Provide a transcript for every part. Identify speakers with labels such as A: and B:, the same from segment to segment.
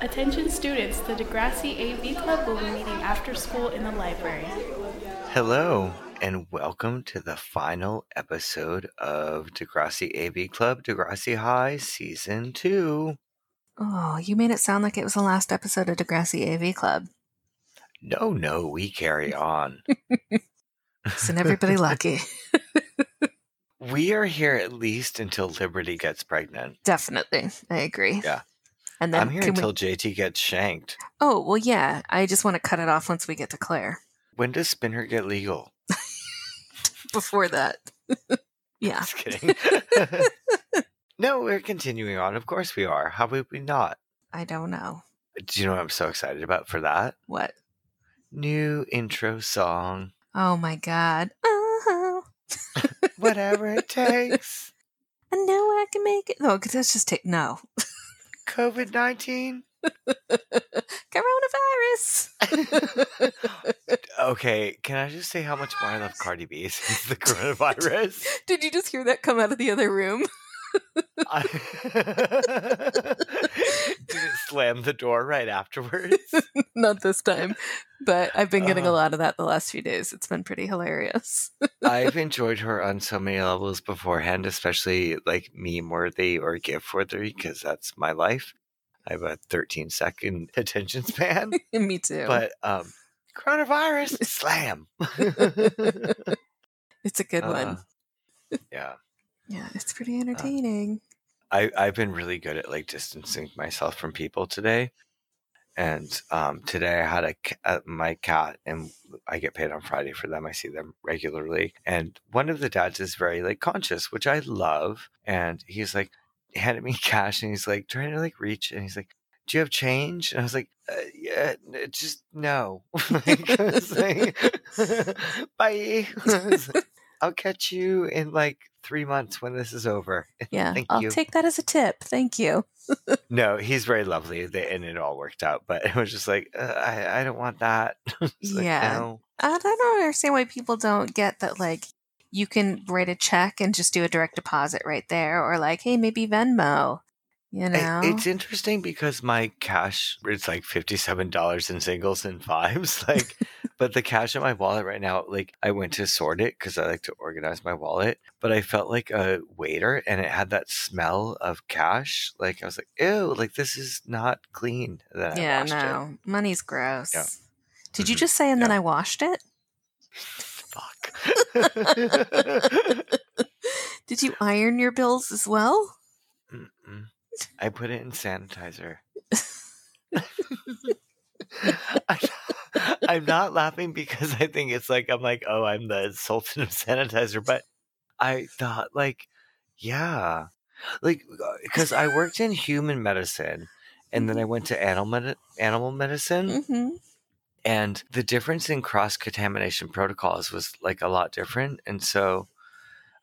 A: Attention students, the Degrassi AV Club will be meeting after school in the library.
B: Hello, and welcome to the final episode of Degrassi AV Club, Degrassi High, Season 2.
C: Oh, you made it sound like it was the last episode of Degrassi AV Club.
B: No, no, we carry on.
C: Isn't everybody lucky?
B: We are here at least until Liberty gets pregnant.
C: Definitely. I agree.
B: Yeah.
C: And then
B: I'm here
C: can we-
B: until JT gets shanked.
C: Oh, well, yeah. I just want to cut it off once we get to Claire.
B: When does Spinner get legal?
C: Before that. yeah.
B: Just kidding. no, we're continuing on. Of course we are. How would we not?
C: I don't know.
B: Do you know what I'm so excited about for that?
C: What?
B: New intro song.
C: Oh, my God. Oh,
B: Whatever it takes.
C: I know I can make it. Oh, that's just take. No.
B: COVID 19.
C: Coronavirus.
B: Okay, can I just say how much more I love Cardi B since the coronavirus?
C: Did you just hear that come out of the other room?
B: I... Did it slam the door right afterwards?
C: Not this time, but I've been getting
B: Uh-huh.
C: a lot of that the last few days. It's been pretty hilarious.
B: I've enjoyed her on so many levels beforehand, especially like meme worthy or gif worthy, because that's my life. I have a 13 second attention span,
C: Me too.
B: but um, coronavirus slam.
C: it's a good
B: Uh,
C: one.
B: Yeah.
C: Yeah, it's pretty entertaining.
B: I, I've been really good at like distancing myself from people today. And um, today I had a, c- uh my cat, and I get paid on Friday for them. I see them regularly, and one of the dads is very like conscious, which I love. And he's like handed me cash, and he's like trying to like reach, and he's like, "Do you have change?" And I was like, uh, "Yeah, n- just no." like, I was like, Bye. I was like, I'll catch you in like three months when this is over.
C: yeah,
B: thank
C: I'll
B: you.
C: take that as a tip. Thank you.
B: No, he's very lovely, they, and it all worked out. But it was just like, uh, I, I don't want that. It's like,
C: Yeah.
B: no.
C: I don't understand why people don't get that. Like, you can write a check and just do a direct deposit right there, or like, hey, maybe Venmo. You
B: It-
C: know,
B: it's interesting because my cash it's like fifty seven dollars in singles and fives, like, but the cash in my wallet right now, like, I went to sort it because I like to organize my wallet, but I felt like a waiter, and it had that smell of cash. Like I was like, ew, like this is not clean. Then I
C: yeah,
B: washed it.
C: no, money's gross.
B: Yeah.
C: Did you
B: Mhm.
C: just say and then
B: Yeah.
C: I washed it?
B: fuck.
C: Did you iron your bills as well?
B: Mm-mm. I put it in sanitizer. I'm not- I'm not laughing because I think it's like I'm like, oh, I'm the sultan of sanitizer, but I thought like, yeah, like because I worked in human medicine and then I went to animal med- animal medicine
C: Mm-hmm.
B: and the difference in cross contamination protocols was like a lot different and so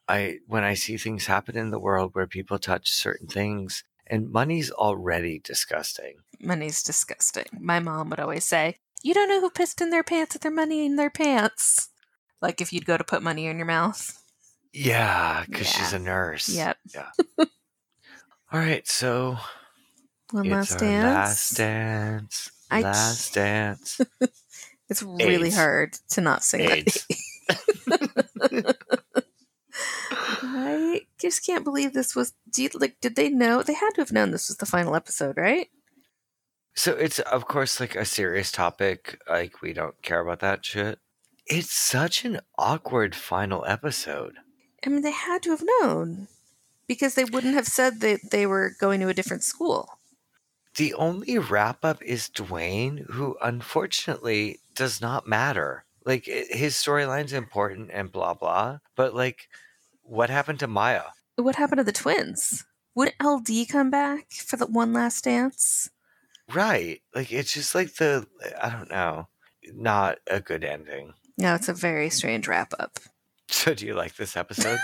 B: i when i see things happen in the world where people touch certain things and money's already disgusting
C: Money's disgusting. My mom would always say, You don't know who pissed in their pants if their money in their pants. Like if you'd go to put money in your mouth.
B: yeah because she's
C: Yeah.
B: a nurse
C: Yep.
B: all right so
C: One
B: it's
C: last
B: our
C: dance.
B: last dance
C: I-
B: last dance
C: It's really
B: AIDS.
C: hard to not sing
B: AIDS.
C: that. I just can't believe this was. Do you, like, did they know? They had to have known this was the final episode, right?
B: So it's of course like a serious topic. Like we don't care about that shit. It's such an awkward final episode.
C: I mean, they had to have known because they wouldn't have said that they were going to a different school.
B: The only wrap up is Dwayne, who unfortunately does not matter. Like i- his storyline's important and blah blah, but like what happened to Maya?
C: What happened to the twins? Would LD come back for the one last dance?
B: Right. Like it's just like the I don't know, not a good ending.
C: No, it's a very strange wrap up.
B: So do you like this episode?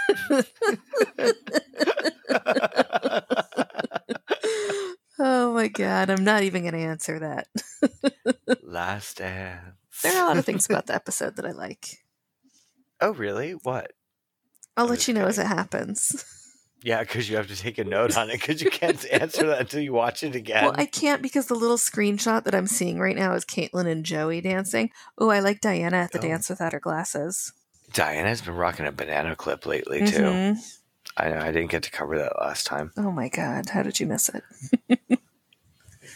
C: oh my god, I'm not even going to answer that.
B: Last dance.
C: There are a lot of things about the episode that I like.
B: Oh really? What?
C: I'll
B: I'm
C: let
B: just
C: you know as it happens.
B: Yeah, because you have to take a note on it because you can't answer that until you watch it again.
C: Well, I can't because the little screenshot that I'm seeing right now is Caitlin and Joey dancing. Oh, I like Diana at the
B: Oh.
C: dance without her glasses.
B: Diana's been rocking a banana clip lately too.
C: Mhm.
B: I know I didn't get to cover that last time.
C: Oh my God, how did you miss it?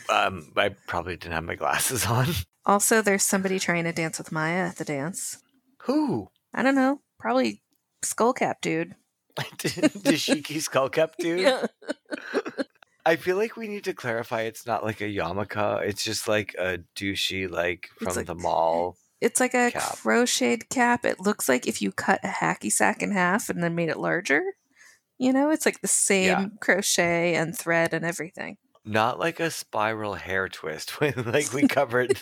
B: Um, I probably didn't have my glasses on.
C: Also, there's somebody trying to dance with Maya at the dance.
B: Who?
C: I don't know, probably Skullcap dude.
B: the Shiki Skullcap dude? I feel like we need to clarify it's not like a yarmulke. It's just like a douchey, like from
C: like-
B: the mall.
C: It's like a
B: Cap.
C: crocheted cap. It looks like if you cut a hacky sack in half and then made it larger. You know, it's like the same
B: Yeah.
C: crochet and thread and everything.
B: Not like a spiral hair twist, when, like we covered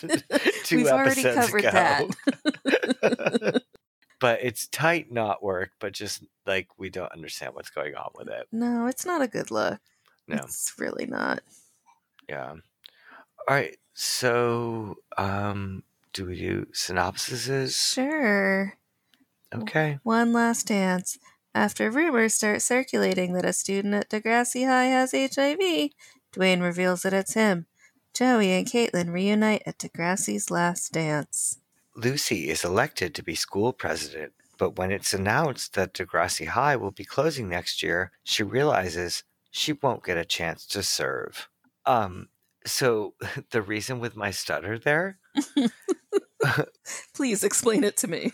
B: 2
C: We've already
B: episodes
C: covered
B: ago.
C: that.
B: but it's tight knot work, but just like we don't understand what's going on with it.
C: No, it's not a good look.
B: No.
C: It's really not.
B: Yeah. All right. So, um, do we do synopsises?
C: Sure.
B: Okay.
C: One last dance. After rumors start circulating that a student at Degrassi High has HIV, Dwayne reveals that it's him. Joey and Caitlin reunite at Degrassi's last dance.
B: Lucy is elected to be school president, but when it's announced that Degrassi High will be closing next year, she realizes she won't get a chance to serve. Um, so the reason with my stutter there
C: Please explain it to me.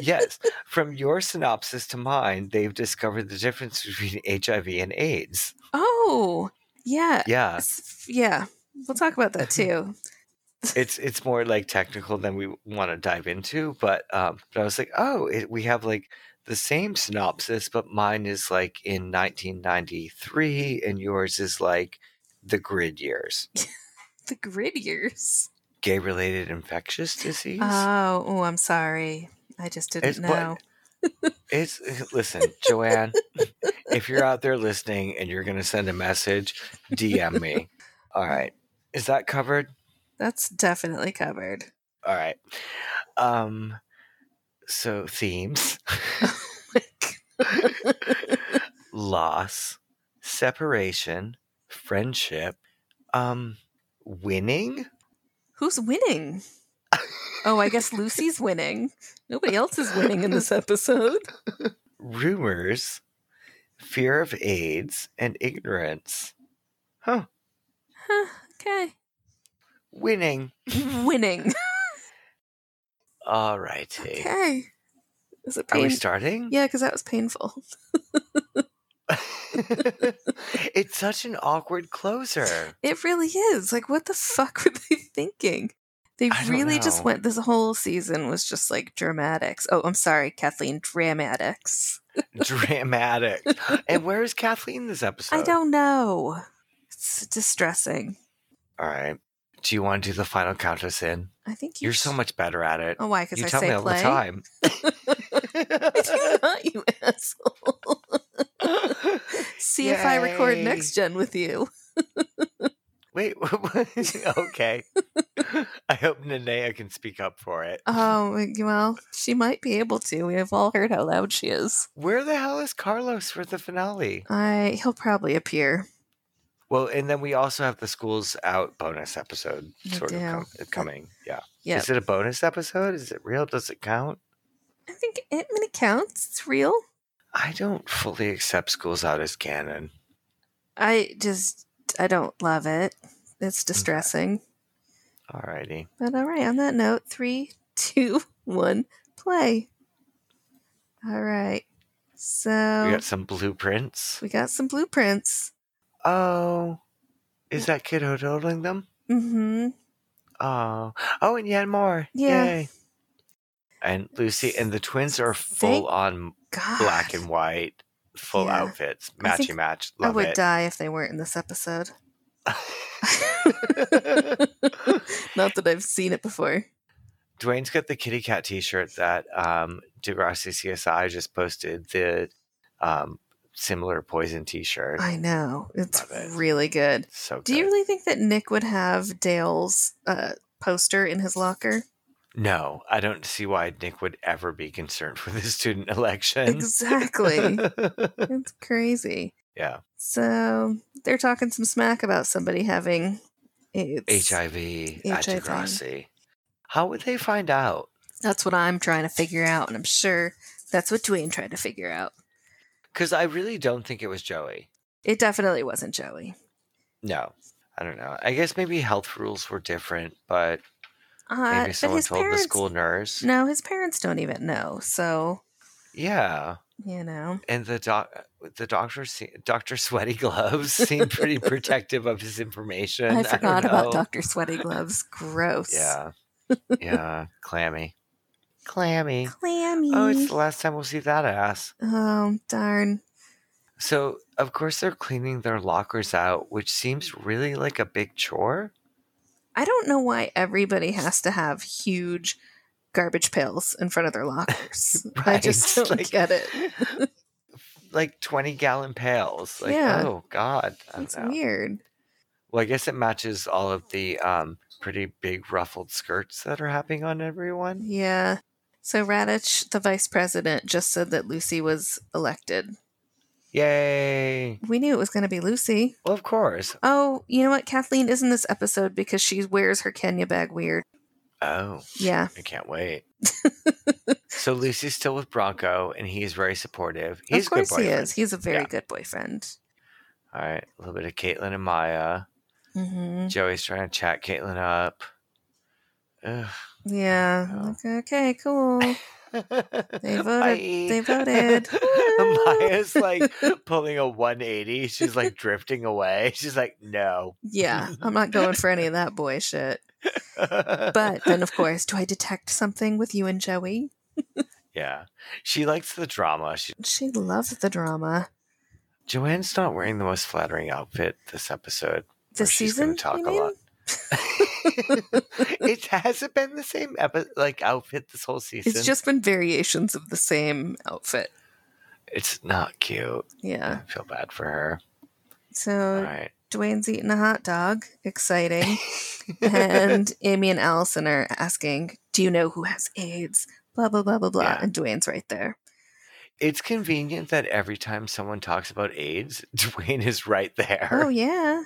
B: yes, from your synopsis to mine, they've discovered the difference between HIV and AIDS.
C: Oh, yeah.
B: Yeah,
C: S- Yeah. We'll talk about that too.
B: it's it's more like technical than we want to dive into, but um, but I was like, oh, it, we have like the same synopsis, but mine is like in 1993, and yours is like the grid years,
C: the grid years.
B: gay related infectious disease.
C: Oh, oh, I'm sorry. I just didn't
B: It's what-
C: know.
B: It's uh, listen, Joanne. if you're out there listening and you're gonna send a message, DM me. All right, is that covered?
C: That's definitely covered.
B: All right. Um, so themes: loss, separation, friendship, um, winning.
C: Who's winning? Oh, I guess Lucy's winning. Nobody else is winning in this episode.
B: rumors, fear of AIDS, and ignorance. Huh.
C: Huh, okay.
B: Winning.
C: Winning.
B: All righty.
C: Okay. Is it
B: Are we
C: painful?
B: starting?
C: Yeah, because that was painful.
B: it's such an awkward closer.
C: It really is. Like, what the fuck were they thinking? They
B: I don't
C: really just
B: know.
C: went, this whole season was just like dramatics. Oh, I'm sorry, Kathleen, dramatics.
B: Dramatic. and where is Kathleen this episode?
C: I don't know. It's distressing.
B: All right. Do you want to do the final count us in?
C: I think you
B: You're so
C: sh-
B: much better at it.
C: Oh, why? Because
B: you
C: I
B: tell
C: say
B: me all
C: play.
B: the time.
C: I do not, you asshole. See if I record
B: Yay.
C: next gen with you.
B: Wait. okay. I hope Nanea can speak up for it.
C: Oh, well, she might be able to. We have all heard how loud she is.
B: Where the hell is Carlos for the finale?
C: I he'll probably appear.
B: Well, and then we also have the schools out bonus episode
C: We
B: sort of
C: do.
B: com- uh, coming. Yeah.
C: Oh, Yeah,
B: Is it a bonus episode? Is it real? Does it count?
C: I think it when it counts. It's real.
B: I don't fully accept schools out as canon.
C: I just I don't love it. It's distressing.
B: Alrighty.
C: But all right. On that note, three, two, one, play. All right. So
B: We got some blueprints.
C: Oh. we got some blueprints.
B: Oh. Is that kid hododling them?
C: Mm-hmm.
B: Oh. Oh, and yet more.
C: Yeah.
B: Yay. And Lucy and the twins are full on
C: God,
B: black and white, full
C: Yeah.
B: outfits,
C: I think
B: matchy match.
C: I
B: Love
C: would
B: it.
C: die if they weren't in this episode. Not that I've seen it before.
B: Dwayne's got the kitty cat T-shirt that um, Degrassi CSI just posted. The um, similar poison T-shirt.
C: I know it's
B: Love it.
C: really good.
B: So
C: Do you
B: good.
C: really think that Nick would have Dale's uh, poster in his locker?
B: No, I don't see why Nick would ever be concerned with his student election.
C: Exactly. it's crazy.
B: Yeah.
C: So they're talking some smack about somebody having AIDS.
B: HIV, at
C: HIV.
B: Degrassi. How would they find out?
C: That's what I'm trying to figure out, and I'm sure that's what Dwayne tried to figure out.
B: Because I really don't think it was Joey.
C: It definitely wasn't Joey.
B: No. I don't know. I guess maybe health rules were different, but
C: Uh,
B: maybe someone told the school nurse.
C: No, his parents don't even know. So
B: Yeah.
C: you know,
B: and the doc the doctor se- doctor sweaty gloves seemed pretty protective of his information
C: I
B: don't
C: forgot about
B: know.
C: Doctor Sweaty Gloves. Gross.
B: yeah yeah clammy clammy
C: Clammy.
B: oh it's the last time we'll see that ass
C: oh darn.
B: so of course they're cleaning their lockers out which seems really like a big chore
C: I don't know why everybody has to have huge garbage pails in front of their lockers. I just
B: Right,
C: don't get it.
B: it like 20 gallon pails like
C: Yeah.
B: oh god I don't
C: It's
B: know.
C: weird.
B: well i guess it matches all of the um pretty big ruffled skirts that are happening on everyone
C: Yeah. So Radich, the vice president, just said that Lucy was elected.
B: Yay!
C: We knew it was going to be Lucy.
B: Well, of course.
C: Oh, you know what? Kathleen is in this episode because she wears her Kenya bag weird.
B: Oh,
C: Yeah.
B: I can't wait. so Lucy's still with Bronco, and he's very supportive. He's
C: of course
B: a good
C: he
B: boyfriend.
C: is. He's a very
B: Yeah.
C: good boyfriend.
B: All right, a little bit of Caitlin and Maya.
C: Mm-hmm. hmm
B: Joey's trying to chat Caitlin up. Ugh.
C: Yeah.
B: Oh.
C: Like, okay, cool. voted- they voted.
B: Maya's like pulling a 180. She's like drifting away. She's like, no.
C: yeah. I'm not going for any of that boy shit. But then, of course, do I detect something with you and Joey?
B: yeah, she likes the drama. She
C: She loved the drama.
B: Joanne's not wearing the most flattering outfit this episode.
C: The
B: or Oh, she's gonna
C: season.
B: talk
C: you
B: a
C: mean?
B: lot. it hasn't been the same epi- like outfit this whole season.
C: It's just been variations of the same outfit.
B: it's not cute.
C: Yeah.
B: I feel bad for her. All
C: So
B: right.
C: Dwayne's eating a hot dog. Exciting. and Amy and Allison are asking, Do you know who has AIDS? Blah, blah, blah, blah, blah.
B: Yeah.
C: And Dwayne's right there.
B: it's convenient that every time someone talks about AIDS, Dwayne is right there.
C: Oh, yeah.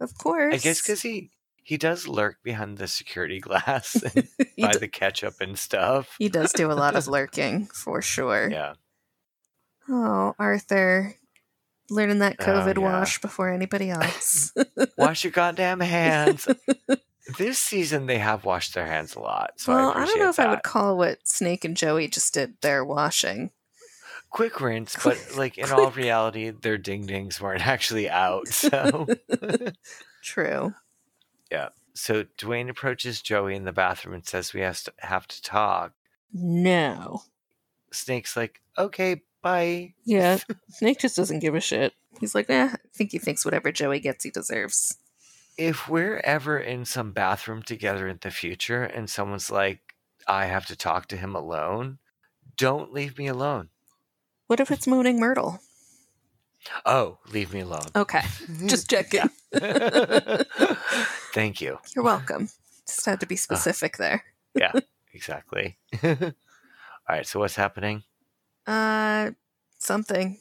C: Of course.
B: I guess because he he does lurk behind the security glass and
C: he,
B: buy
C: d-
B: the ketchup and stuff.
C: he does do a lot of lurking for sure.
B: Yeah.
C: Oh, Arthur. Learning that
B: Oh,
C: COVID
B: yeah.
C: wash before anybody else.
B: Wash your goddamn hands. this season they have washed their hands a lot. So
C: well,
B: I,
C: I, don't know if I
B: would.
C: would call what Snake and Joey just did their washing.
B: quick rinse,
C: Quick-
B: but like in all reality, their ding dings weren't actually out. So,
C: True.
B: so Dwayne approaches Joey in the bathroom and says, "We have to have to talk."
C: No.
B: Snake's like, "Okay, bye."
C: Yeah. Snake just doesn't give a shit. He's like, eh, I think he thinks whatever Joey gets, he deserves.
B: If we're ever in some bathroom together in the future, and someone's like, "I have to talk to him alone," don't leave me alone.
C: What if it's Moaning Myrtle?
B: Oh, leave me alone.
C: Okay. Just checking.
B: Thank you.
C: You're welcome. Just had to be specific there.
B: Exactly. All right. So what's happening?
C: Uh, something.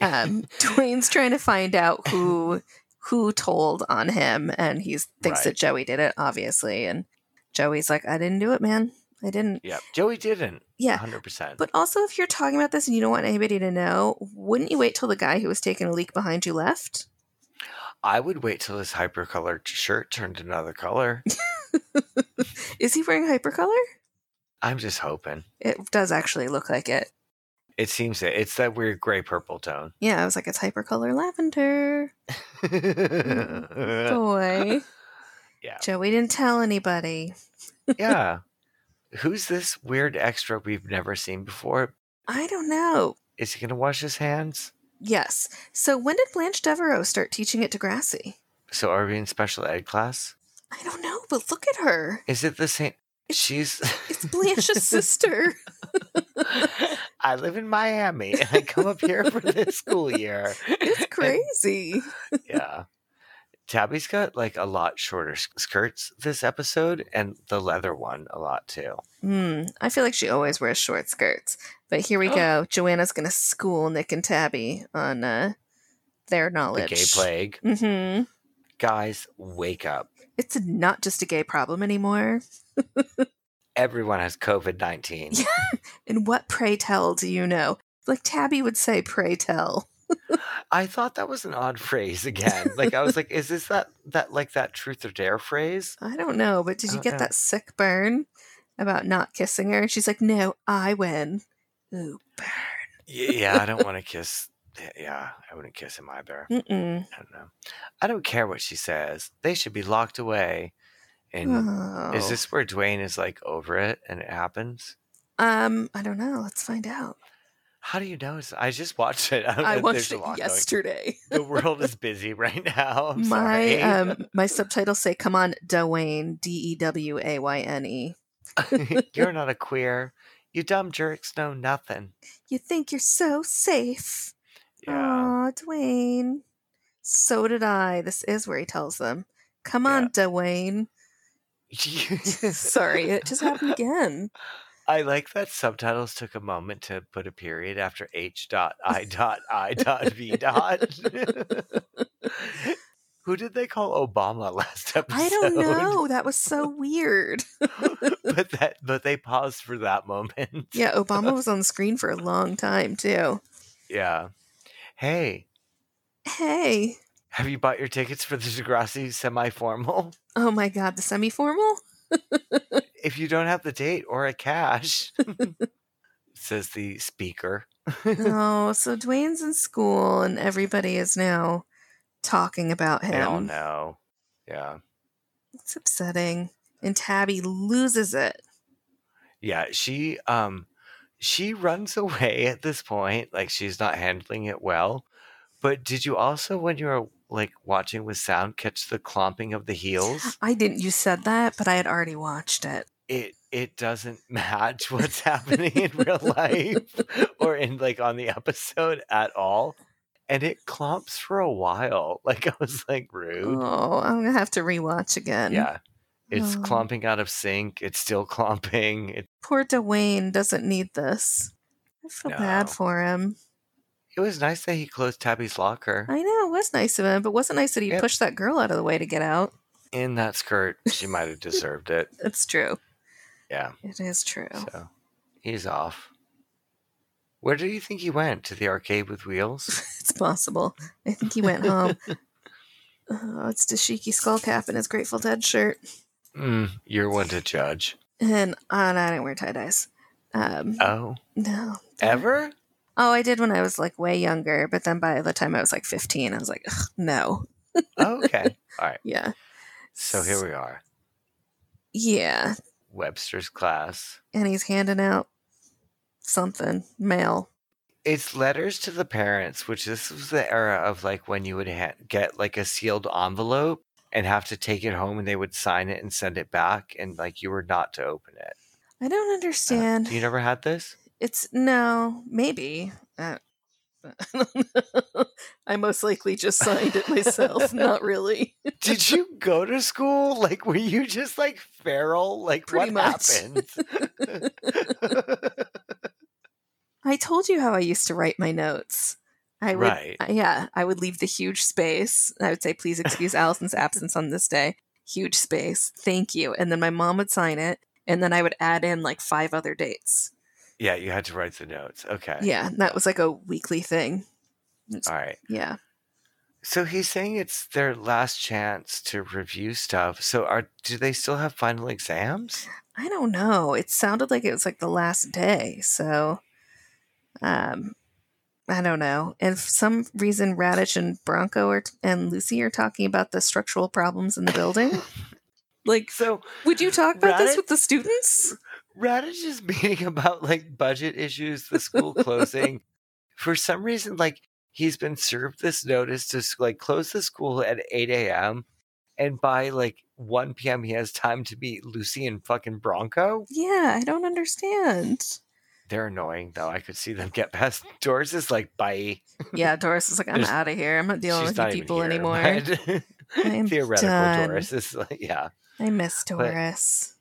C: Um, Dwayne's trying to find out who who told on him, and he thinks
B: Right.
C: that Joey did it, obviously. And Joey's like, I didn't do it, man. I didn't.
B: Yeah, Joey didn't.
C: Yeah.
B: hundred percent.
C: But also, if you're talking about this and you don't want anybody to know, wouldn't you wait till the guy who was taking a leak behind you left?
B: I would wait till his hypercolor t- shirt turned another color.
C: Is he wearing hypercolor?
B: I'm just hoping.
C: It does actually look like it.
B: It seems that it's that weird gray purple tone.
C: Yeah, I was like, it's hypercolor lavender. Mm.
B: yeah,
C: Boy.
B: Yeah.
C: Joey didn't tell anybody.
B: yeah. Who's this weird extra we've never seen before?
C: I don't know.
B: Is he gonna wash his hands?
C: Yes. So when did Blanche Devereaux start teaching it to Grassy?
B: So are we in special ed class?
C: I don't know, but look at her.
B: Is it the same? She's.
C: It's Blanche's sister.
B: I live in Miami and I come up here for this school year.
C: It's
B: And
C: crazy.
B: yeah. Tabby's got like a lot shorter s- skirts this episode and the leather one a lot too.
C: Hmm. I feel like she always wears short Oh. skirts. But here we go. Joanna's going to school Nick and Tabby on uh, their
B: The
C: knowledge.
B: gay plague.
C: hmm
B: Guys, wake up.
C: It's not just a gay problem anymore.
B: Everyone has COVID 19.
C: Yeah. And what pray tell do you know? Like Tabby would say, pray tell.
B: I thought that was an odd phrase again. Like I was like, is this that that like that truth or dare phrase?
C: I don't know, but did
B: I
C: you
B: don't
C: get
B: know.
C: that sick burn about not kissing her? She's like, no, I win. Ooh, burn.
B: Y- Yeah, I don't want to kiss. Yeah, I wouldn't kiss him either.
C: Mm-mm.
B: I don't know. I don't care what she says. They should be locked away. And
C: Oh.
B: is this where Dwayne is like over it and it happens?
C: Um, I don't know. Let's find out.
B: How do you know? It's- I just watched it. I, don't,
C: I
B: Oh, uh, there's
C: watched
B: a
C: it
B: lot going-
C: yesterday.
B: The world is busy right now. I'm
C: my
B: sorry.
C: um my subtitles say come on Dwayne D E W A Y N E.
B: You're not a queer. You dumb jerks know nothing.
C: You think you're so safe.
B: Yeah.
C: Aw, Dwayne. So did I. This is where he tells them. Come on, Dwayne. Sorry, it just happened again.
B: I like that subtitles took a moment to put a period after H dot I dot I dot V dot. Who did they call Obama last episode?
C: I don't know. That was so weird.
B: but that but they paused for that moment.
C: Yeah, Obama was on the screen for a long time too.
B: Yeah. Hey,
C: Hey.
B: have you bought your tickets for the Degrassi semi-formal?
C: Oh my god, the semi formal?
B: If you don't have the date or a cash, says the speaker.
C: oh, so Dwayne's in school and everybody is now talking about
B: They all
C: him.
B: know. Yeah.
C: It's upsetting. And Tabby loses it.
B: Yeah, she um she runs away at this point, like she's not handling it well. But did you also when you were like watching with sound catch the clomping of the heels?
C: I didn't you said that, but I had already watched it.
B: It it doesn't match what's happening in real life or in like on the episode at all. And it clomps for a while. Like I was like rude.
C: Oh, I'm gonna have to rewatch again.
B: yeah. It's
C: Oh.
B: clomping out of sync. It's still clomping. It,
C: Poor Dwayne doesn't need this. I feel bad
B: No.
C: for him.
B: it was nice that he closed Tabby's locker.
C: I know it was nice of him, but wasn't nice that he
B: Yep.
C: pushed that girl out of the way to get out.
B: in that skirt, she might have deserved it.
C: It's true.
B: Yeah.
C: It is true.
B: So he's off. Where do you think he went? To the arcade with wheels?
C: It's possible. I think he went home. oh, it's Dashiki skull cap and his Grateful Dead shirt.
B: Mm, you're one to judge.
C: And uh, no, I didn't wear tie dyes. Um,
B: Oh,
C: no.
B: ever?
C: Oh, I did when I was like way younger, but then by the time I was like 15, I was like, Ugh, no.
B: okay. All right.
C: Yeah.
B: So here we are.
C: Yeah.
B: Webster's class.
C: And he's handing out something, mail.
B: It's letters to the parents, which this was the era of like when you would ha- get like a sealed envelope and have to take it home and they would sign it and send it back and like you were not to open it.
C: I don't
B: Uh,
C: understand.
B: you never had this?
C: It's no, maybe. Uh, I don't know. I most likely just signed it myself. Not really.
B: Did you go to school? Like, were you just like feral? Like,
C: Pretty
B: what
C: much.
B: happened?
C: I told you how I used to write my notes. I would
B: right.
C: Uh, yeah, I would leave the huge space. I would say, please excuse Allison's absence on this day. Huge space. Thank you. And then my mom would sign it. And then I would add in like five other dates.
B: Yeah, you had to write the notes. Okay.
C: Yeah. and that was like a weekly thing.
B: All right.
C: Yeah.
B: So he's saying it's their last chance to review stuff. So are do they still have final exams?
C: I don't know. It sounded like it was like the last day. So, um, I don't know. And for some reason, Radish and Bronco are t- and Lucy are talking about the structural problems in the building. like,
B: So
C: would you talk about this
B: Radish-
C: with the students?
B: Radish is meeting about like budget issues, the school closing. For some reason, like he's been served this notice to like close the school at 8 a.m. And by like 1 p.m., he has time to meet Lucy and fucking Bronco.
C: Yeah, I don't understand.
B: They're annoying though. I could see them get past Doors is like, bye.
C: Yeah, Doris is like, I'm
B: There's-
C: out of here. I'm not dealing
B: She's
C: with you
B: not even
C: people
B: here,
C: anymore.
B: but
C: am
B: Theoretical
C: done.
B: Doris is like, yeah.
C: I miss Doris.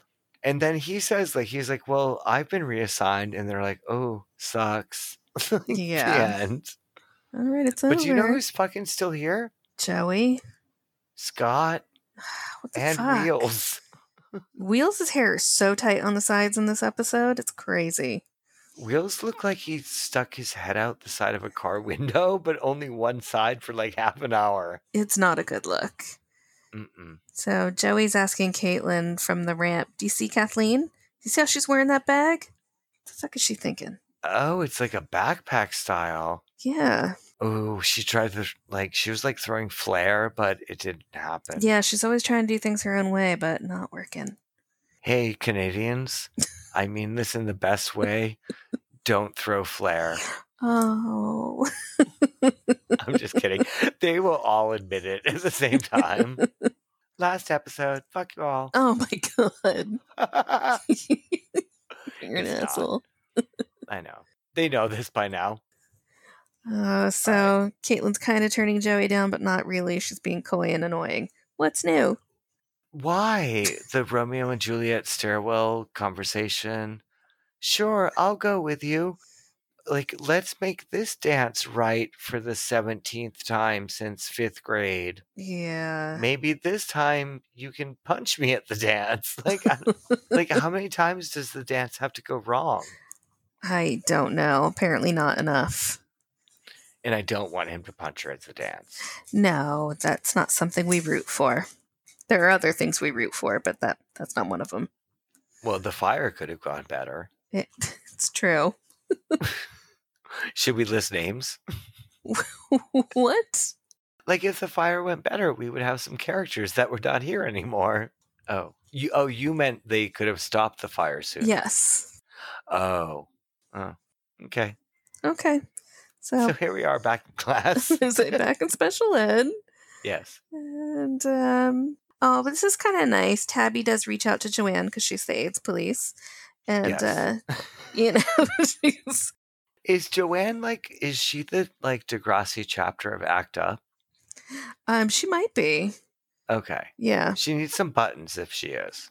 B: And then he says, like, he's like, well, I've been reassigned. And they're like, oh, sucks. Like, the
C: Yeah.
B: end.
C: All right, it's over.
B: But do you know who's fucking still here?
C: Joey?
B: Scott
C: What the
B: and
C: fuck?
B: Wheels.
C: Wheels' hair is so tight on the sides in this episode. It's crazy.
B: Wheels looked like he stuck his head out the side of a car window, but only one side for like half an hour.
C: It's not a good look.
B: Mm-mm.
C: So Joey's asking Caitlin from the ramp, Do you see Kathleen? Do you see how she's wearing that bag? What the fuck is she thinking?
B: Oh, it's like a backpack style.
C: Yeah.
B: Oh, she tried to like she was like throwing flare, but it didn't happen.
C: Yeah, she's always trying to do things her own way, but not working.
B: Hey, Canadians, I mean this in the best way. Don't throw flare.
C: Oh.
B: I'm just kidding. They will all admit it at the same time. Last episode, fuck you all.
C: Oh my god. You're an
B: It's not.
C: asshole.
B: I know. They know this by now.
C: Uh, so Caitlin's kind of turning Joey down, but not really. She's being coy and annoying. What's new?
B: Why the Romeo and Juliet stairwell conversation? Sure, I'll go with you. Like, let's make this dance right for the 17th time since fifth grade.
C: Yeah.
B: Maybe this time you can punch me at the dance. Like, I, like how many times does the dance have to go wrong?
C: I don't know. Apparently not enough.
B: And I don't want him to punch her at the dance.
C: No, that's not something we root for. There are other things we root for, but that that's not one of them.
B: Well, the fire could have gone better.
C: It, it's true.
B: Should we list names?
C: what?
B: like if the fire went better, we would have some characters that were not here anymore. Oh, you oh you meant they could have stopped the fire soon.
C: Yes.
B: Oh. Oh. Okay.
C: Okay.
B: So
C: So
B: here we are back in class.
C: is it back in special ed?
B: yes.
C: And um oh, but this is kind of nice. Tabby does reach out to Joanne because she's the AIDS police, and
B: Yes.
C: uh, you know she's
B: Is Joanne like is she the like Degrassi chapter of ACT UP?
C: um she might be
B: Okay.
C: yeah
B: She needs some buttons if she is.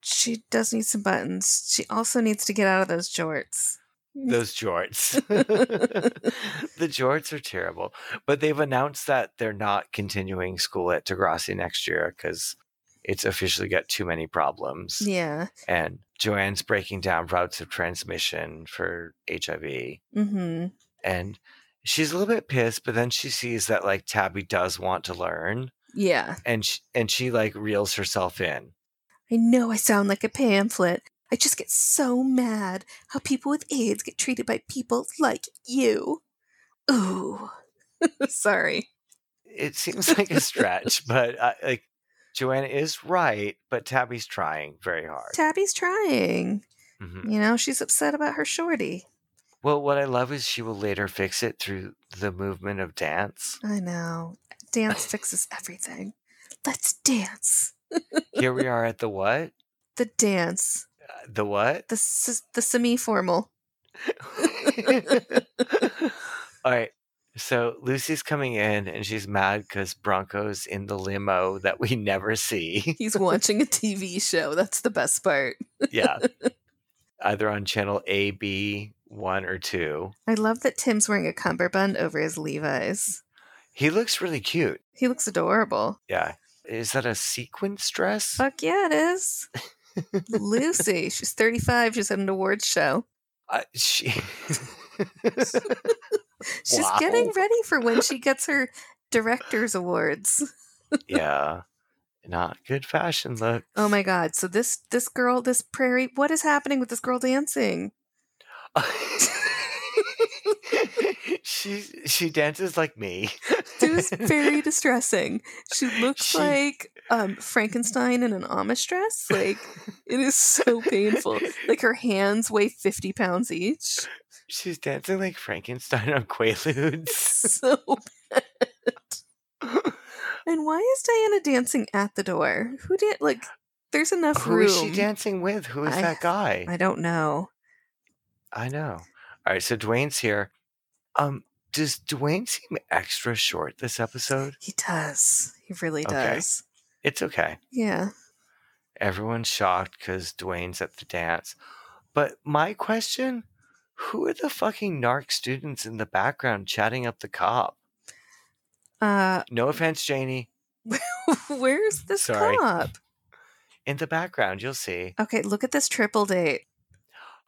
C: she does need some buttons. She also needs to get out of those jorts.
B: Those jorts. the jorts are terrible. But they've announced that they're not continuing school at Degrassi next year because it's officially got too many problems.
C: Yeah.
B: and Joanne's breaking down routes of transmission for HIV.
C: Mm-hmm.
B: And she's a little bit pissed, but then she sees that like Tabby does want to learn,
C: Yeah.
B: and she, and she like reels herself in.
C: I know I sound like a pamphlet. I just get so mad how people with AIDS get treated by people like you. Ooh. Sorry.
B: It seems like a stretch, but uh, like Joanne is right, but Tabby's trying very hard.
C: Tabby's trying.
B: Mhm.
C: You know, she's upset about her shorty.
B: Well, what I love is she will later fix it through the movement of dance.
C: I know. Dance fixes everything. Let's dance.
B: Here we are at the what?
C: The dance.
B: Uh, The what?
C: The s- the semi formal.
B: All right. So Lucy's coming in and she's mad because Bronco's in the limo that we never see.
C: He's watching a TV show. That's the best part.
B: yeah. Either on channel A, B, one, or two.
C: I love that Tim's wearing a cummerbund over his Levi's.
B: He looks really cute.
C: He looks adorable.
B: Yeah. Is that a sequence dress?
C: Fuck yeah, it is. Lucy, she's 35. She's at an awards show.
B: Uh, she.
C: She's
B: Wow.
C: getting ready for when she gets her director's awards.
B: yeah. Not good fashion look.
C: Oh my god! So this this girl, this prairie, what is happening with this girl dancing?
B: she she dances like me.
C: It was very distressing. She looks
B: She-
C: like um, Frankenstein in an Amish dress. Like it is so painful. Like her hands weigh 50 pounds each.
B: She's dancing like Frankenstein on Quaaludes.
C: so bad. and why is Diana dancing at the door? Who did like? There's enough
B: Who
C: room.
B: is she dancing with? Who is
C: I-
B: that guy?
C: I don't know.
B: I, know. All right, so Dwayne's here. Um, does Dwayne seem extra short this episode?
C: He does. He really
B: Okay.
C: does.
B: It's okay.
C: Yeah.
B: Everyone's shocked because Dwayne's at the dance. But my question who are the fucking narc students in the background chatting up the cop?
C: Uh,
B: No offense, Janie.
C: where's this
B: Sorry.
C: cop?
B: In the background, you'll see.
C: Okay, look at this triple date.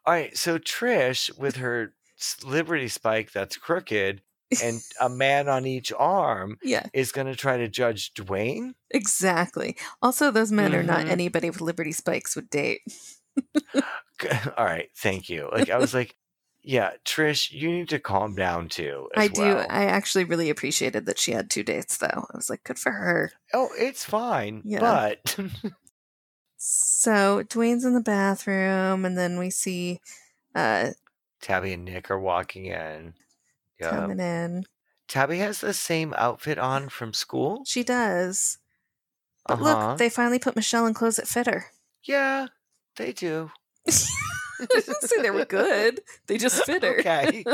B: All right, so Trish with her s- liberty spike that's crooked and a man on each arm
C: Yeah,
B: is going to try to judge Dwayne.
C: exactly. Also, those men are not
B: Mhm.
C: anybody with liberty spikes would date.
B: G- All right, thank you. Like I was like, yeah, Trish, you need to calm down too. as
C: I do.
B: well.
C: I actually really appreciated that she had two dates, though. I was like, good for her.
B: oh, it's fine,
C: Yeah.
B: but
C: So Dwayne's in the bathroom, and then we see uh,
B: Tabby and Nick are walking in. Yeah,
C: coming in.
B: Tabby has the same outfit on from school.
C: She does. But
B: Uh-huh.
C: look, they finally put Michelle in clothes that fit her.
B: yeah, they do.
C: I didn't say they were good. They just fit her.
B: Okay.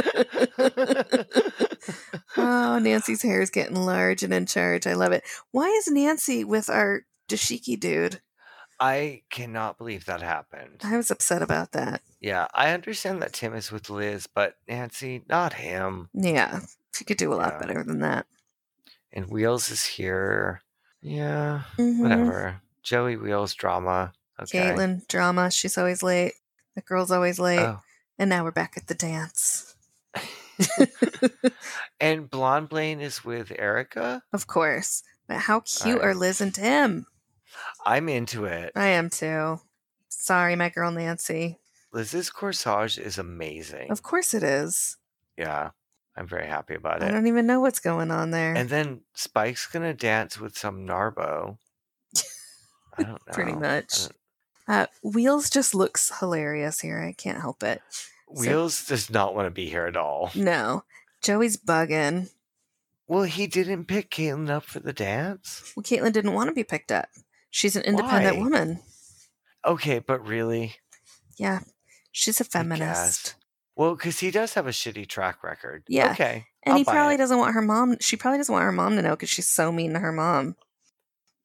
C: oh, Nancy's hair is getting large and in charge. I love it. Why is Nancy with our dashiki dude?
B: I cannot believe that happened.
C: I was upset about that.
B: Yeah, I understand that Tim is with Liz, but Nancy, not him.
C: Yeah, she could do a lot
B: Yeah.
C: better than that.
B: And Wheels is here. Yeah,
C: Mhm.
B: whatever. Joey Wheels drama. Okay.
C: Caitlin drama. She's always late. The girl's always late.
B: Oh.
C: And now we're back at the dance.
B: And Blonde Blaine is with Erica.
C: Of course. But how cute
B: Alright.
C: are Liz and Tim?
B: I'm into it.
C: I am too. Sorry, my girl Nancy.
B: Liz's corsage is amazing.
C: Of course it is.
B: Yeah, I'm very happy about
C: I
B: it.
C: don't even know what's going on there.
B: And then Spike's gonna dance with some Narbo. I don't know.
C: pretty much.
B: don't-
C: Uh, Wheels just looks hilarious here. I can't help it.
B: Wheels does not want to be here at all.
C: No, Joey's bugging.
B: Mm, Well, he didn't pick Caitlin up for the dance.
C: Well, Caitlin didn't want to be picked up. She's an independent
B: Why?
C: woman.
B: Okay, but really,
C: Yeah, she's a feminist.
B: well, because he does have a shitty track record.
C: Yeah.
B: Okay.
C: And
B: I'll
C: he
B: buy
C: probably
B: it.
C: doesn't want her mom. She probably doesn't want her mom to know because she's so mean to her mom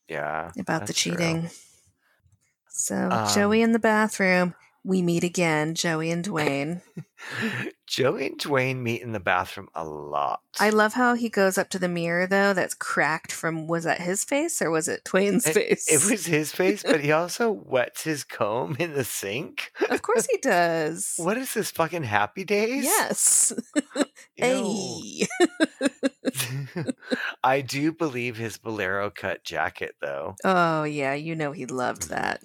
B: Yeah.
C: about the
B: That's true.
C: cheating. So
B: Um,
C: Joey in the bathroom. We meet again, Joey and Dwayne.
B: Joey and Dwayne meet in the bathroom a lot.
C: I love how he goes up to the mirror though. That's cracked from was that his face or was it Dwayne's face?
B: it was his face, but he also wets his comb in the sink.
C: of course he does.
B: What is this fucking happy days?
C: Yes.
B: Ew.
C: Hey.
B: I do believe his bolero cut jacket though.
C: Oh yeah, you know he loved that.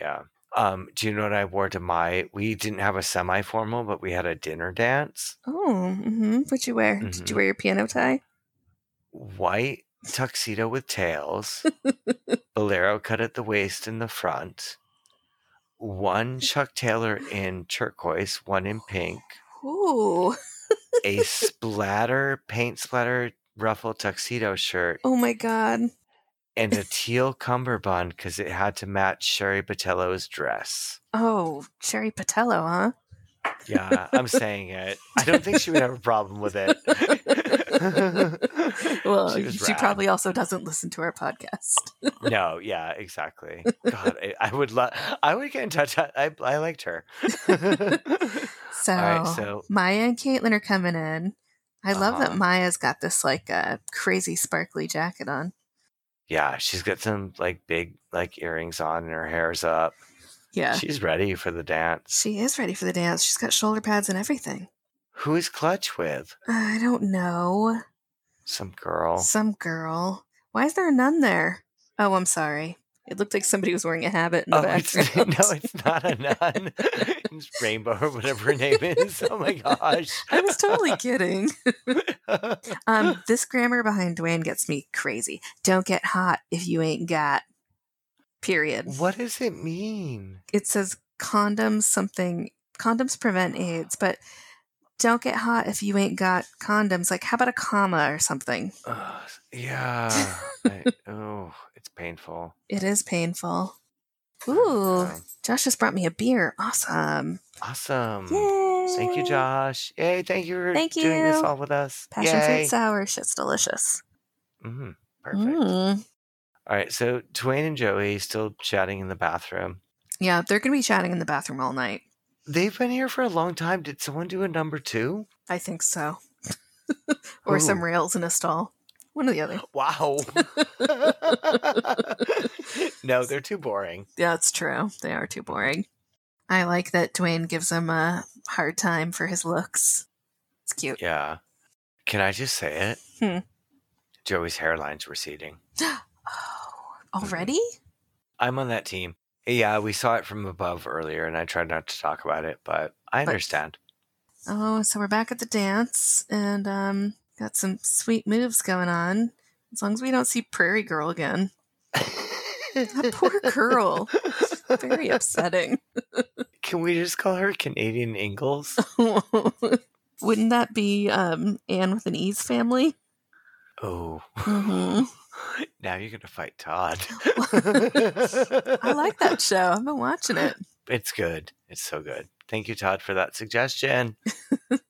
B: Yeah. Um, do you know what I wore to my we didn't have a semi formal, but we had a dinner dance.
C: Oh, hmm what'd you wear? Did you
B: Mhm.
C: wear your piano tie?
B: White tuxedo with tails, bolero cut at the waist and the front, one Chuck Taylor in turquoise, one in pink,
C: Ooh.
B: a splatter, paint splatter ruffle tuxedo shirt,
C: Oh my god.
B: and a teal cummerbund because it had to match Sherry Patello's dress.
C: Oh, Cherry Patello, huh?
B: Yeah, I'm saying it. I don't think she would have a problem with it.
C: Well, she,
B: was rad.
C: probably also doesn't listen to our podcast.
B: no. Yeah, exactly. God, I, I would love. I would get in touch. I I, I liked her.
C: So,
B: All
C: Oh.
B: right, so
C: Maya and Caitlin are coming in. I love that
B: Uh-huh.
C: Maya's got this like uh, crazy sparkly jacket on.
B: yeah, she's got some like big like earrings on, and her hair's up.
C: Yeah. She,
B: She's ready for the dance.
C: is ready for the dance. She's got shoulder pads and everything.
B: Who is Clutch with?
C: I don't know.
B: Some girl.
C: Some girl. Why is there a nun there? Oh, I'm sorry. It looked like somebody was wearing a habit in the
B: oh, it's,
C: background.
B: no, it's not a nun. it's Rainbow or whatever her name is. Oh my gosh.
C: I was totally kidding.
B: totally.
C: Um, this grammar behind Dwayne gets me crazy. Don't get hot if you ain't got. Period.
B: what does it mean?
C: It says condoms something. Condoms prevent AIDS, but don't get hot if you ain't got condoms. Like, how about a comma or something?
B: Ugh, yeah. I- oh, it's painful. Um,
C: It is painful. Ooh,
B: Okay.
C: Josh just brought me a beer. Awesome.
B: Awesome.
C: Yay.
B: Mm. Thank you, Josh. Yay, thank you for
C: Thank
B: doing this
C: you.
B: all with us.
C: Passion
B: Yay.
C: fruit sour shit's delicious.
B: Mhm, perfect.
C: Mm.
B: All right, so Dwayne and Joey still chatting in the bathroom.
C: Yeah, they're gonna be chatting in the bathroom all night.
B: They've been here for a long time. Did someone do a number two?
C: I think so. or
B: Ooh.
C: some rails in a stall. One or the other.
B: Wow. no, they're too boring.
C: Yeah, it's true. They are too boring. I like that Dwayne gives him a hard time for his looks. It's cute.
B: Yeah. Can I just say it?
C: Hmm.
B: Joey's hairline's receding.
C: Oh, already?
B: I'm on that team. Yeah, we saw it from above earlier, and I tried not to talk about it, but I
C: But-
B: understand.
C: Oh, so we're back at the dance and um got some sweet moves going on. As long as we don't see Prairie Girl again. That poor girl. Very upsetting.
B: Can we just call her Canadian Ingalls?
C: Wouldn't that be um Anne with an E's family?
B: oh,
C: hmm
B: now you're gonna fight Todd.
C: I
B: I
C: like that show. I've been watching it.
B: It's good. It's so good. Thank you, Todd, for that suggestion.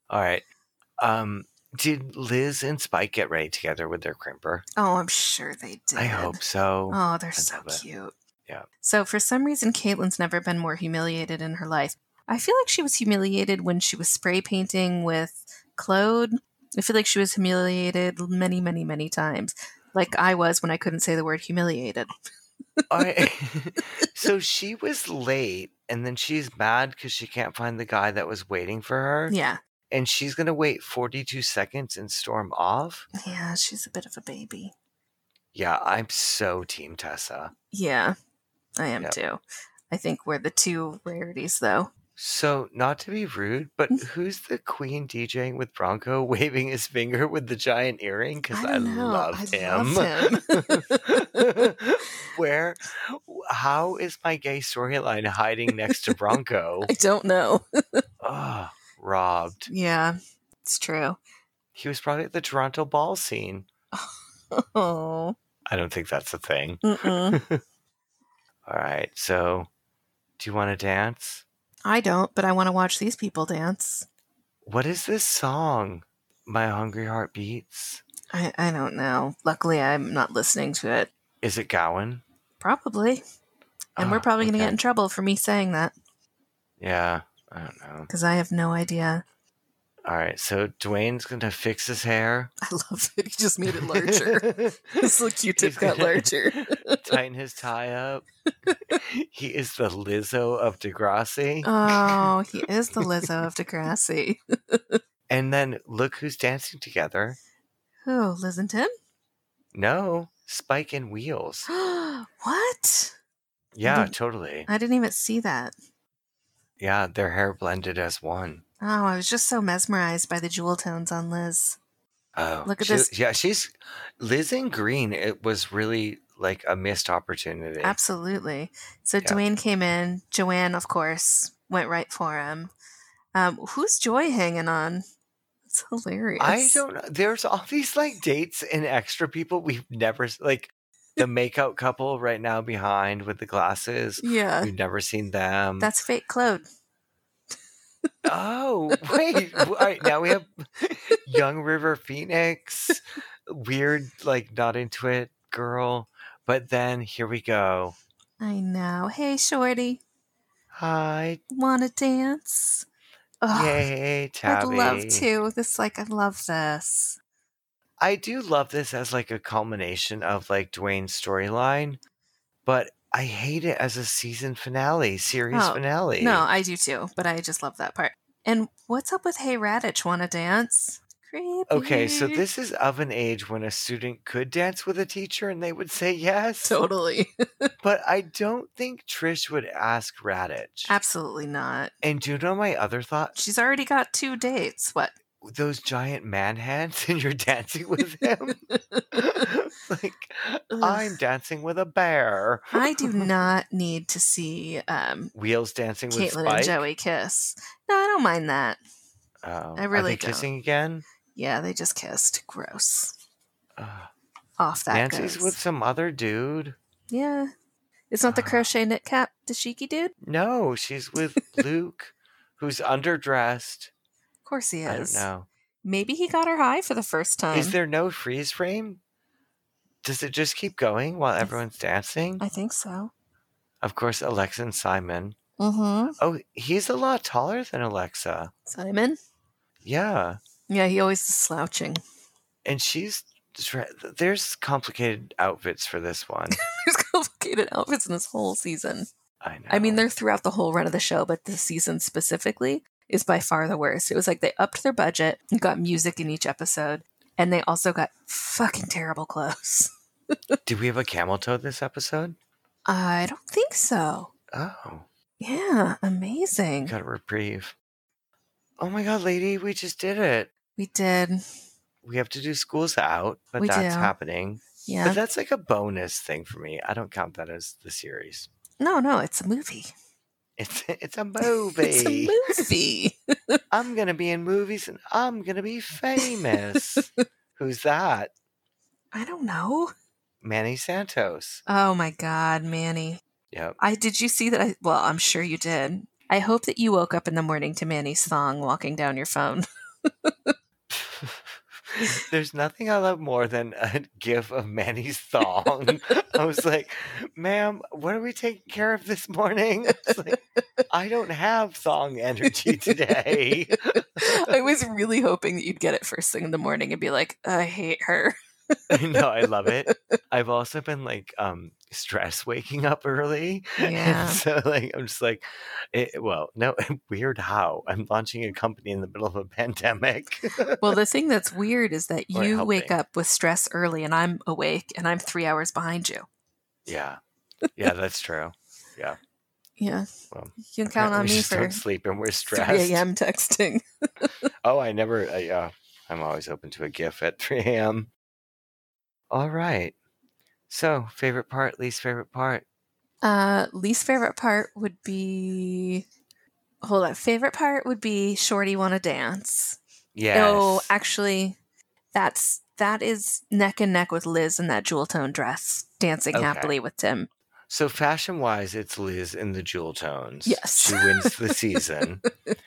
B: All right. Um, did Liz and Spike get ready together with their crimper?
C: Oh, I'm sure they did.
B: I hope so.
C: Oh, they're so
B: love it.
C: cute.
B: Yeah.
C: So for some reason, Caitlin's never been more humiliated in her life. I feel like she was humiliated when she was spray painting with Claude. I feel like she was humiliated many, many, many times. Like I was when I couldn't say the word humiliated.
B: All right. so she was late, and then she's mad because she can't find the guy that was waiting for her,
C: Yeah.
B: and she's gonna wait 42 seconds and storm off.
C: Yeah, she's a bit of a baby.
B: Yeah, I'm so team Tessa.
C: Yeah, I am
B: Yeah.
C: too. I think we're the two rarities, though.
B: So, not to be rude, but
C: Mm.
B: who's the queen DJing with Bronco waving his finger with the giant earring? Because I,
C: I don't know.
B: loved
C: I
B: him.
C: love him.
B: Where, how is my gay storyline hiding next to Bronco?
C: I don't know.
B: Ugh, robbed.
C: Yeah, it's true.
B: He was probably at the Toronto ball scene.
C: Oh,
B: I don't think that's a thing.
C: mm-mm.
B: All right. So, do you want to dance?
C: I don't, but I want to watch these people dance.
B: What is this song? My Hungry Heart Beats.
C: I, I don't know. Luckily, I'm not listening to it.
B: Is it Gowan?
C: Probably. And we're
B: Ah,
C: probably going to
B: okay.
C: get in trouble for me saying that
B: Yeah, I don't know.
C: because I have no idea.
B: All right, so Dwayne's gonna fix his hair.
C: I love that he just made it larger. His little Q-tip
B: He's
C: got
B: gonna-
C: larger.
B: Tighten his tie up. he is the Lizzo of Degrassi.
C: Oh, he is the Lizzo of Degrassi.
B: and then look who's dancing together.
C: Oh, Liz and Tim?
B: No, Spike and Wheels.
C: what?
B: Yeah,
C: didn't-
B: totally.
C: I didn't even see that.
B: Yeah, their hair blended as one.
C: Oh, I was just so mesmerized by the jewel tones on Liz.
B: Oh,
C: Look at
B: she-
C: this-
B: Yeah, she's Liz in green. It was really like a missed opportunity.
C: Absolutely. So
B: Yeah.
C: Dwayne came in. Joanne, of course, went right for him. Um, who's Joy hanging on? It's hilarious.
B: I don't know. There's all these like dates and extra people we've never s- like the makeout couple right now behind with the glasses.
C: Yeah,
B: We've never seen them.
C: that's fake Claude.
B: oh wait, all right now we have young River Phoenix, weird like not into it girl. But then here we go.
C: I know. Hey, shorty,
B: Hi,
C: wanna dance? Oh,
B: yay,
C: I'd
B: Tabby.
C: love to. This, like, I love this.
B: I do love this as like a culmination of like Dwayne's storyline, but I hate it as a season finale, series
C: Oh,
B: finale.
C: No, I do too, but I just love that part. And what's up with Hey Radich? Wanna dance? Creepy.
B: Okay, so this is of an age when a student could dance with a teacher and they would say yes.
C: totally,
B: But I don't think Trish would ask Radich.
C: absolutely not.
B: And do you know my other thought?
C: She's already got two dates. What?
B: Those giant man hands and you're dancing with him. like, I'm dancing with a bear.
C: I do not need to see um,
B: Wheels dancing with
C: Caitlin
B: Spike.
C: and Joey kiss. No, I don't mind that.
B: Oh,
C: I really
B: are they
C: don't.
B: kissing again.
C: Yeah, they just kissed. Gross.
B: Uh,
C: Off that
B: Nancy's
C: goes.
B: with some other dude.
C: yeah, it's not the
B: Ah.
C: crochet knit cap dashiki dude.
B: No, she's with Luke, who's underdressed.
C: Of course he
B: I don't
C: is.
B: know.
C: Maybe he got her high for the first time.
B: Is there no freeze frame? Does it just keep going while everyone's dancing?
C: I think so.
B: Of course, Alexa and Simon.
C: Mm-hmm.
B: Oh, he's a lot taller than Alexa.
C: Simon?
B: Yeah.
C: Yeah, he always is slouching.
B: And she's there's complicated outfits for this one.
C: There's complicated outfits in this whole season.
B: I know.
C: I mean, they're throughout the whole run of the show, but this season specifically is by far the worst. It was like they upped their budget, and got music in each episode, and they also got fucking terrible clothes.
B: Did we have a camel toe this episode?
C: I don't think so.
B: Oh,
C: Yeah, amazing.
B: got a reprieve. Oh my god, lady, we just did it.
C: We did.
B: We have to do schools out, but
C: We
B: that's
C: do.
B: happening. But
C: Yeah.
B: that's like a bonus thing for me. I don't count that as the series.
C: No, no, it's a movie.
B: It's it's a movie.
C: It's a movie.
B: I'm gonna be in movies and I'm gonna be famous. Who's that?
C: I don't know.
B: Manny Santos.
C: Oh my god, Manny.
B: Yep.
C: I did you see that I well, I'm sure you did. I hope that you woke up in the morning to Manny's thong walking down your phone.
B: There's nothing I love more than a gif of Manny's thong. I was like, ma'am, what are we taking care of this morning? It's like, I don't have thong energy today.
C: I was really hoping that you'd get it first thing in the morning and be like, I hate her.
B: no, I love it. I've also been like um stressed waking up early. And
C: Yeah.
B: so like I'm just like it, well, no, weird how. I'm launching a company in the middle of a pandemic.
C: Well, the thing that's weird is that
B: Or
C: you wake
B: helping.
C: up with stress early and I'm awake and I'm three hours behind you.
B: yeah. Yeah, that's true.
C: Yeah.
B: Well,
C: you can count on
B: we
C: me
B: just
C: for
B: don't sleep and we're
C: 3
B: stressed.
C: a.m. texting.
B: Oh, I never. I, uh, I'm always open to a GIF at 3 a.m. All right. So, favorite part, least favorite part.
C: Uh, least favorite part would be. Hold on. Favorite part would be Shorty wanna dance.
B: Yes.
C: No, actually, that's that is neck and neck with Liz in that jewel tone dress, dancing
B: Okay.
C: happily with Tim.
B: so, fashion wise, it's Liz in the jewel tones.
C: Yes.
B: She wins the season.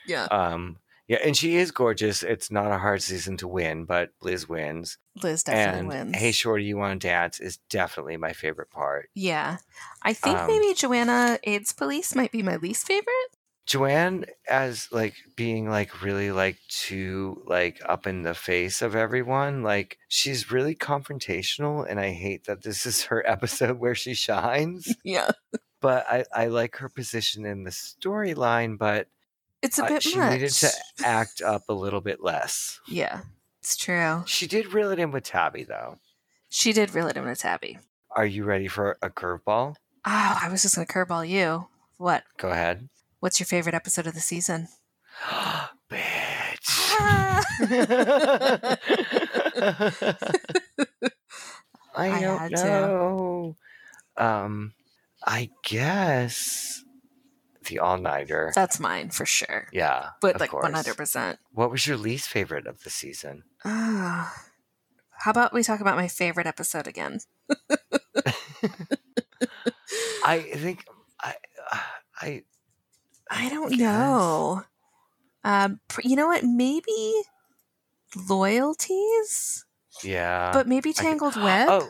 C: Yeah,
B: um, yeah, and she is gorgeous. It's not a hard season to win, but Liz wins.
C: Liz definitely
B: and
C: wins.
B: Hey, Shorty, you want to dance is definitely my favorite part.
C: yeah, I think
B: Um,
C: maybe Joanna AIDS Police might be my least favorite.
B: Joanne as like being like really like too like up in the face of everyone. Like she's really confrontational and I hate that this is her episode where she shines.
C: Yeah,
B: But I, I like her position in the storyline, but
C: it's a
B: uh,
C: bit
B: she
C: much.
B: needed to act up a little bit less.
C: yeah, it's true.
B: She did reel it in with Tabby though.
C: She did reel it in a tabby.
B: Are you ready for a curveball?
C: Oh, I was just gonna curveball you. What?
B: Go ahead.
C: What's your favorite episode of the season?
B: Bitch.
C: Ah!
B: I
C: I
B: don't
C: had to.
B: know. Um, I guess the all nighter.
C: That's mine for sure.
B: Yeah,
C: But
B: of
C: like
B: course.
C: one hundred percent.
B: What was your least favorite of the season?
C: Ah. How about we talk about my favorite episode again?
B: I think I, I,
C: I don't
B: guess.
C: know. Um, pr- you know what? Maybe loyalties,
B: yeah.
C: but maybe
B: Um, I-
C: Tangled Web.
B: oh,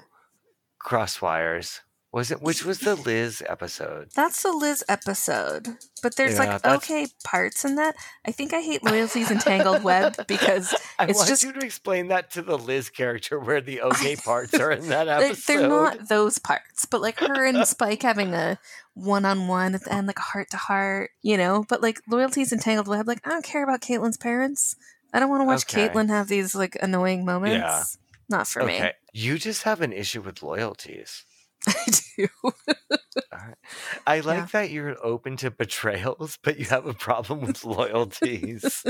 B: crosswires. Was it? Which was the Liz episode?
C: That's the Liz episode, but there's
B: Yeah,
C: like
B: that's-
C: okay parts in that. I think I hate loyalties and Tangled Web because
B: I
C: it's
B: want
C: just-
B: you to explain that to the Liz character where the okay parts are in that
C: they're,
B: episode.
C: they're not those parts. But like her and Spike having a one-on-one at the end, like a heart-to-heart, you know. But like loyalties and Tangled Web, like I don't care about Caitlin's parents. I don't want to watch
B: Okay.
C: Caitlyn have these like annoying moments.
B: Yeah.
C: Not for me.
B: Okay. You just have an issue with loyalties.
C: I do.
B: I like that you're open to betrayals, but you have a problem with loyalties.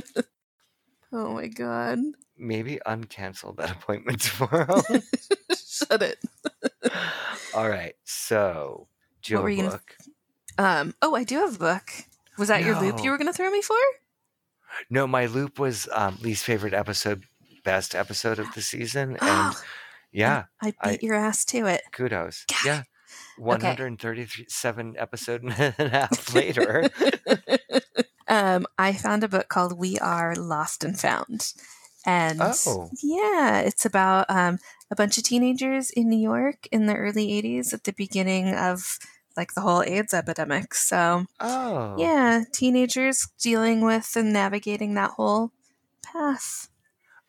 C: Oh my god.
B: Maybe uncancel that appointment tomorrow.
C: Shut it.
B: All right. So, do you
C: What were
B: have
C: you
B: a
C: gonna-
B: book?
C: Um. Oh, I do have a book. Was that your loop
B: No.
C: you were going to throw me for?
B: No, my loop was um, least favorite episode, best episode of the season. And
C: Oh,
B: yeah,
C: I beat
B: I-
C: your ass to it.
B: kudos.
C: God.
B: Yeah. 137 episode and a half later.
C: um, I found a book called We Are Lost and Found. And
B: Oh.
C: yeah, it's about um, a bunch of teenagers in New York in the early 80s at the beginning of like the whole AIDS epidemic. So,
B: Oh.
C: yeah, teenagers dealing with and navigating that whole path.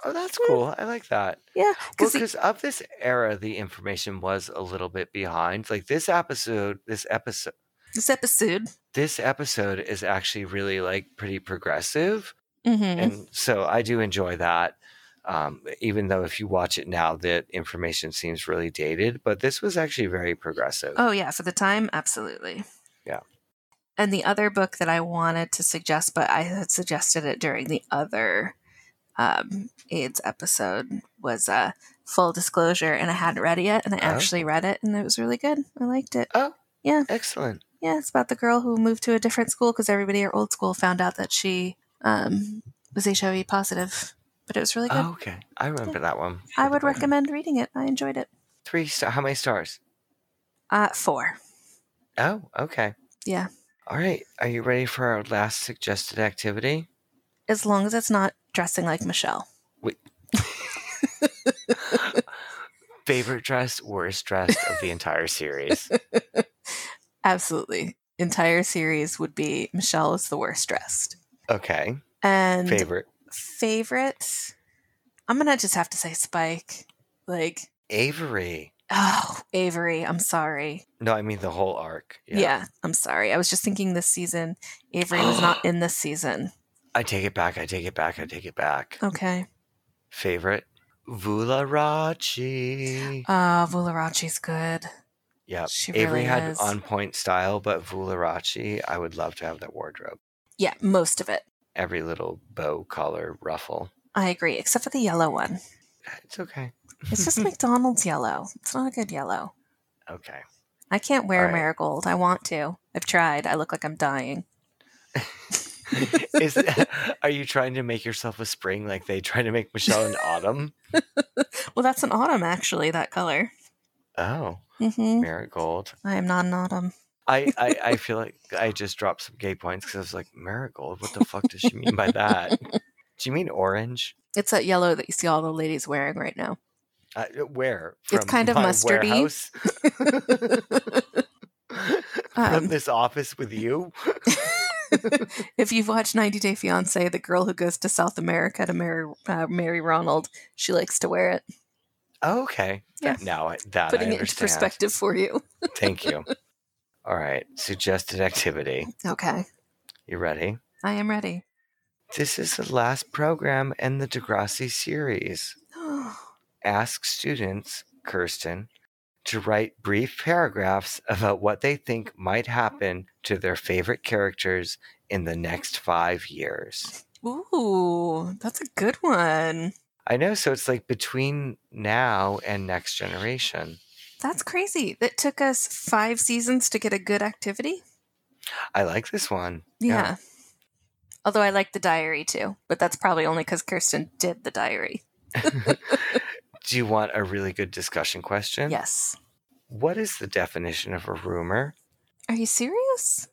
B: Oh, that's cool. I like that.
C: Yeah,
B: Well,
C: because
B: because of this era, the information was a little bit behind. Like this episode, this episode,
C: this episode.
B: this episode is actually really like pretty progressive,
C: Mm-hmm.
B: and so I do enjoy that. Um, even though if you watch it now, the information seems really dated, but this was actually very progressive.
C: Oh yeah, for the time, absolutely.
B: Yeah.
C: And the other book that I wanted to suggest, but I had suggested it during the other um, AIDS episode, was uh, Full Disclosure, and I hadn't read it yet, and I
B: Oh.
C: actually read it, and it was really good. I liked it.
B: Excellent.
C: Yeah, it's about the girl who moved to a different school because everybody at her old school found out that she um, was HIV positive. But it was really good.
B: Oh, okay, I remember that one.
C: I would recommend reading it. I enjoyed it.
B: Three star. How many stars?
C: Uh, four.
B: Oh, okay.
C: Yeah.
B: All right. Are you ready for our last suggested activity?
C: As long as it's not dressing like Michelle.
B: favorite dress, worst dress of the entire series.
C: Absolutely. Entire series would be Michelle is the worst dressed.
B: Okay.
C: And
B: Favorite.
C: favorite, I'm going to just have to say Spike. Like,
B: Avery.
C: oh, Avery, I'm sorry.
B: No, I mean the whole arc.
C: Yeah. I'm sorry. I was just thinking this season, Avery was not in this season.
B: I take it back. I take it back. I take it back.
C: Okay.
B: Favorite. Vularachi.
C: Uh, Vularachi's good.
B: Yep.
C: she
B: Uh, Avery
C: really
B: had
C: is.
B: on point style, but Vularachi, I would love to have that wardrobe.
C: Yeah, most of it.
B: Every little bow, collar, ruffle.
C: I agree, except for the yellow one.
B: It's okay.
C: It's just McDonald's yellow. It's not a good yellow.
B: Okay.
C: I can't wear
B: All right.
C: marigold. I want to. I've tried. I look like I'm dying.
B: Is, are you trying to make yourself a spring like they try to make Michelle an autumn?
C: Well, that's an autumn, actually, that color.
B: Oh,
C: hmm
B: marigold.
C: I am not an autumn.
B: I, I, I feel like I just dropped some gay points because I was like, Marigold, what the fuck does she mean by that? Do you mean orange?
C: It's that yellow that you see all the ladies wearing right now.
B: Uh, where?
C: It's kind of
B: my
C: mustardy.
B: warehouse? From
C: Um,
B: this office with you?
C: if you've watched 90 Day Fiancé, the girl who goes to South America to marry uh, Mary Ronald, she likes to wear it.
B: Oh, okay.
C: Yeah.
B: That- now I, that
C: Putting
B: I
C: it into
B: understand.
C: perspective for you.
B: Thank you. All right. Suggested activity.
C: Okay.
B: You ready?
C: I am ready.
B: This is the last program in the Degrassi series. ask students, Kirsten, to write brief paragraphs about what they think might happen to their favorite characters in the next five years.
C: Ooh, that's a good one.
B: I know, so it's like between now and next generation.
C: That's crazy. That took us five seasons to get a good activity.
B: I like this one.
C: Yeah. Although I like the diary too, but that's probably only because Kirsten did the diary.
B: Do you want a really good discussion question?
C: Yes.
B: What is the definition of a rumor?
C: Are you serious?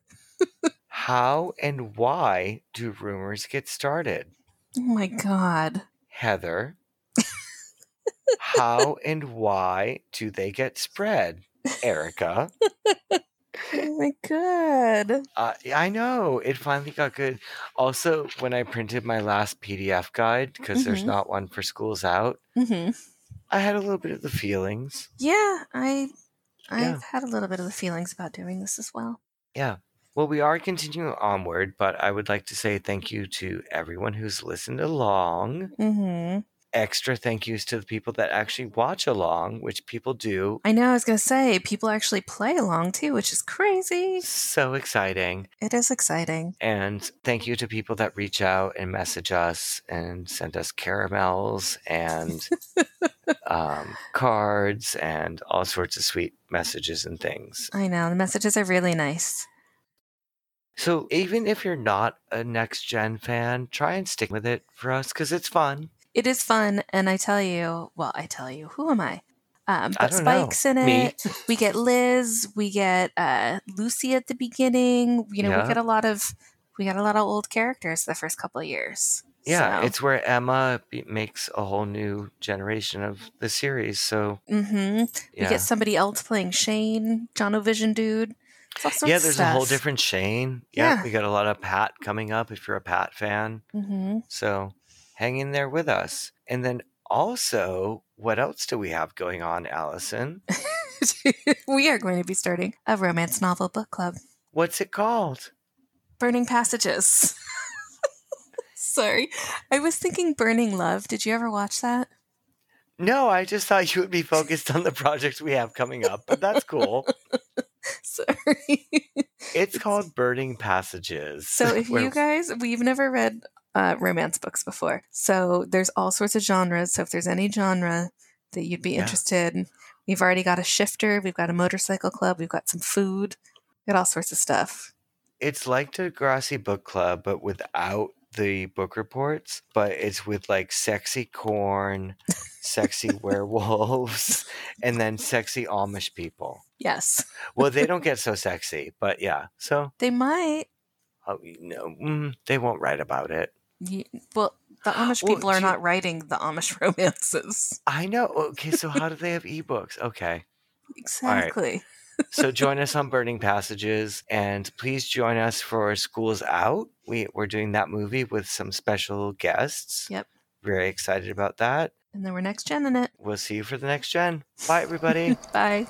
B: How and why do rumors get started?
C: Oh my god.
B: Heather, how and why do they get spread? Erica,
C: Oh my god.
B: uh, I know it finally got good. Also, when I printed my last PDF guide, because there's
C: Mhm.
B: not one for schools out,
C: hmm
B: I had a little bit of the feelings.
C: Yeah, I I've
B: Yeah.
C: had a little bit of the feelings about doing this as well.
B: Well, we are continuing onward, but I would like to say thank you to everyone who's listened along.
C: Mm-hmm.
B: Extra thank yous to the people that actually watch along, which people do.
C: I know. I was gonna say people actually play along too, which is crazy.
B: So exciting.
C: It is exciting.
B: And thank you to people that reach out and message us and send us caramels and um, cards and all sorts of sweet messages and things.
C: I know the messages are really nice.
B: So even if you're not a next gen fan, try and stick with it for us because it's fun.
C: It is fun, and I tell you, well, I tell you, who am I? Um,
B: I
C: but
B: don't
C: Spike's
B: know.
C: in it.
B: Me.
C: we get Liz, we get uh, Lucy at the beginning. You know,
B: Yeah.
C: we get a lot of we got a lot of old characters the first couple of years.
B: Yeah,
C: so,
B: it's where Emma be- makes a whole new generation of the series. So
C: hmm
B: yeah,
C: we get somebody else playing Shane, John O'Vision dude. It's all sorts
B: yeah,
C: of
B: there's
C: stuff.
B: a whole different Shane. Yeah,
C: Yeah.
B: we got a lot of Pat coming up if you're a Pat fan.
C: hmm
B: So hang in there with us. And then also, what else do we have going on, Allison?
C: we are going to be starting a romance novel book club,
B: What's it called?
C: Burning Passages. Sorry, I was thinking Burning Love. Did you ever watch that?
B: No, I just thought you would be focused on the projects we have coming up, but that's cool.
C: Sorry.
B: It's called Burning Passages.
C: So if
B: Where-
C: you guys, we've never read uh, romance books before, so there's all sorts of genres. So if there's any genre that you'd be
B: Yeah.
C: interested, in, we've already got a shifter, we've got a motorcycle club, we've got some food, we've got all sorts of stuff.
B: it's like the Degrassi Book Club, but without the book reports, but it's with like sexy corn, sexy werewolves, and then sexy Amish people.
C: Yes,
B: Well, they don't get so sexy, but yeah. So
C: they might.
B: oh, you know, mm, they won't write about it.
C: You, well, the Amish
B: Well,
C: people are
B: do-
C: not writing the Amish romances.
B: I know. Okay, so how do they have ebooks? Okay.
C: Exactly.
B: So join us on Burning Passages and please join us for Schools Out. We, we're doing that movie with some special guests.
C: Yep.
B: Very excited about that.
C: And then we're next gen in it.
B: We'll see you for the next gen. Bye, everybody.
C: Bye.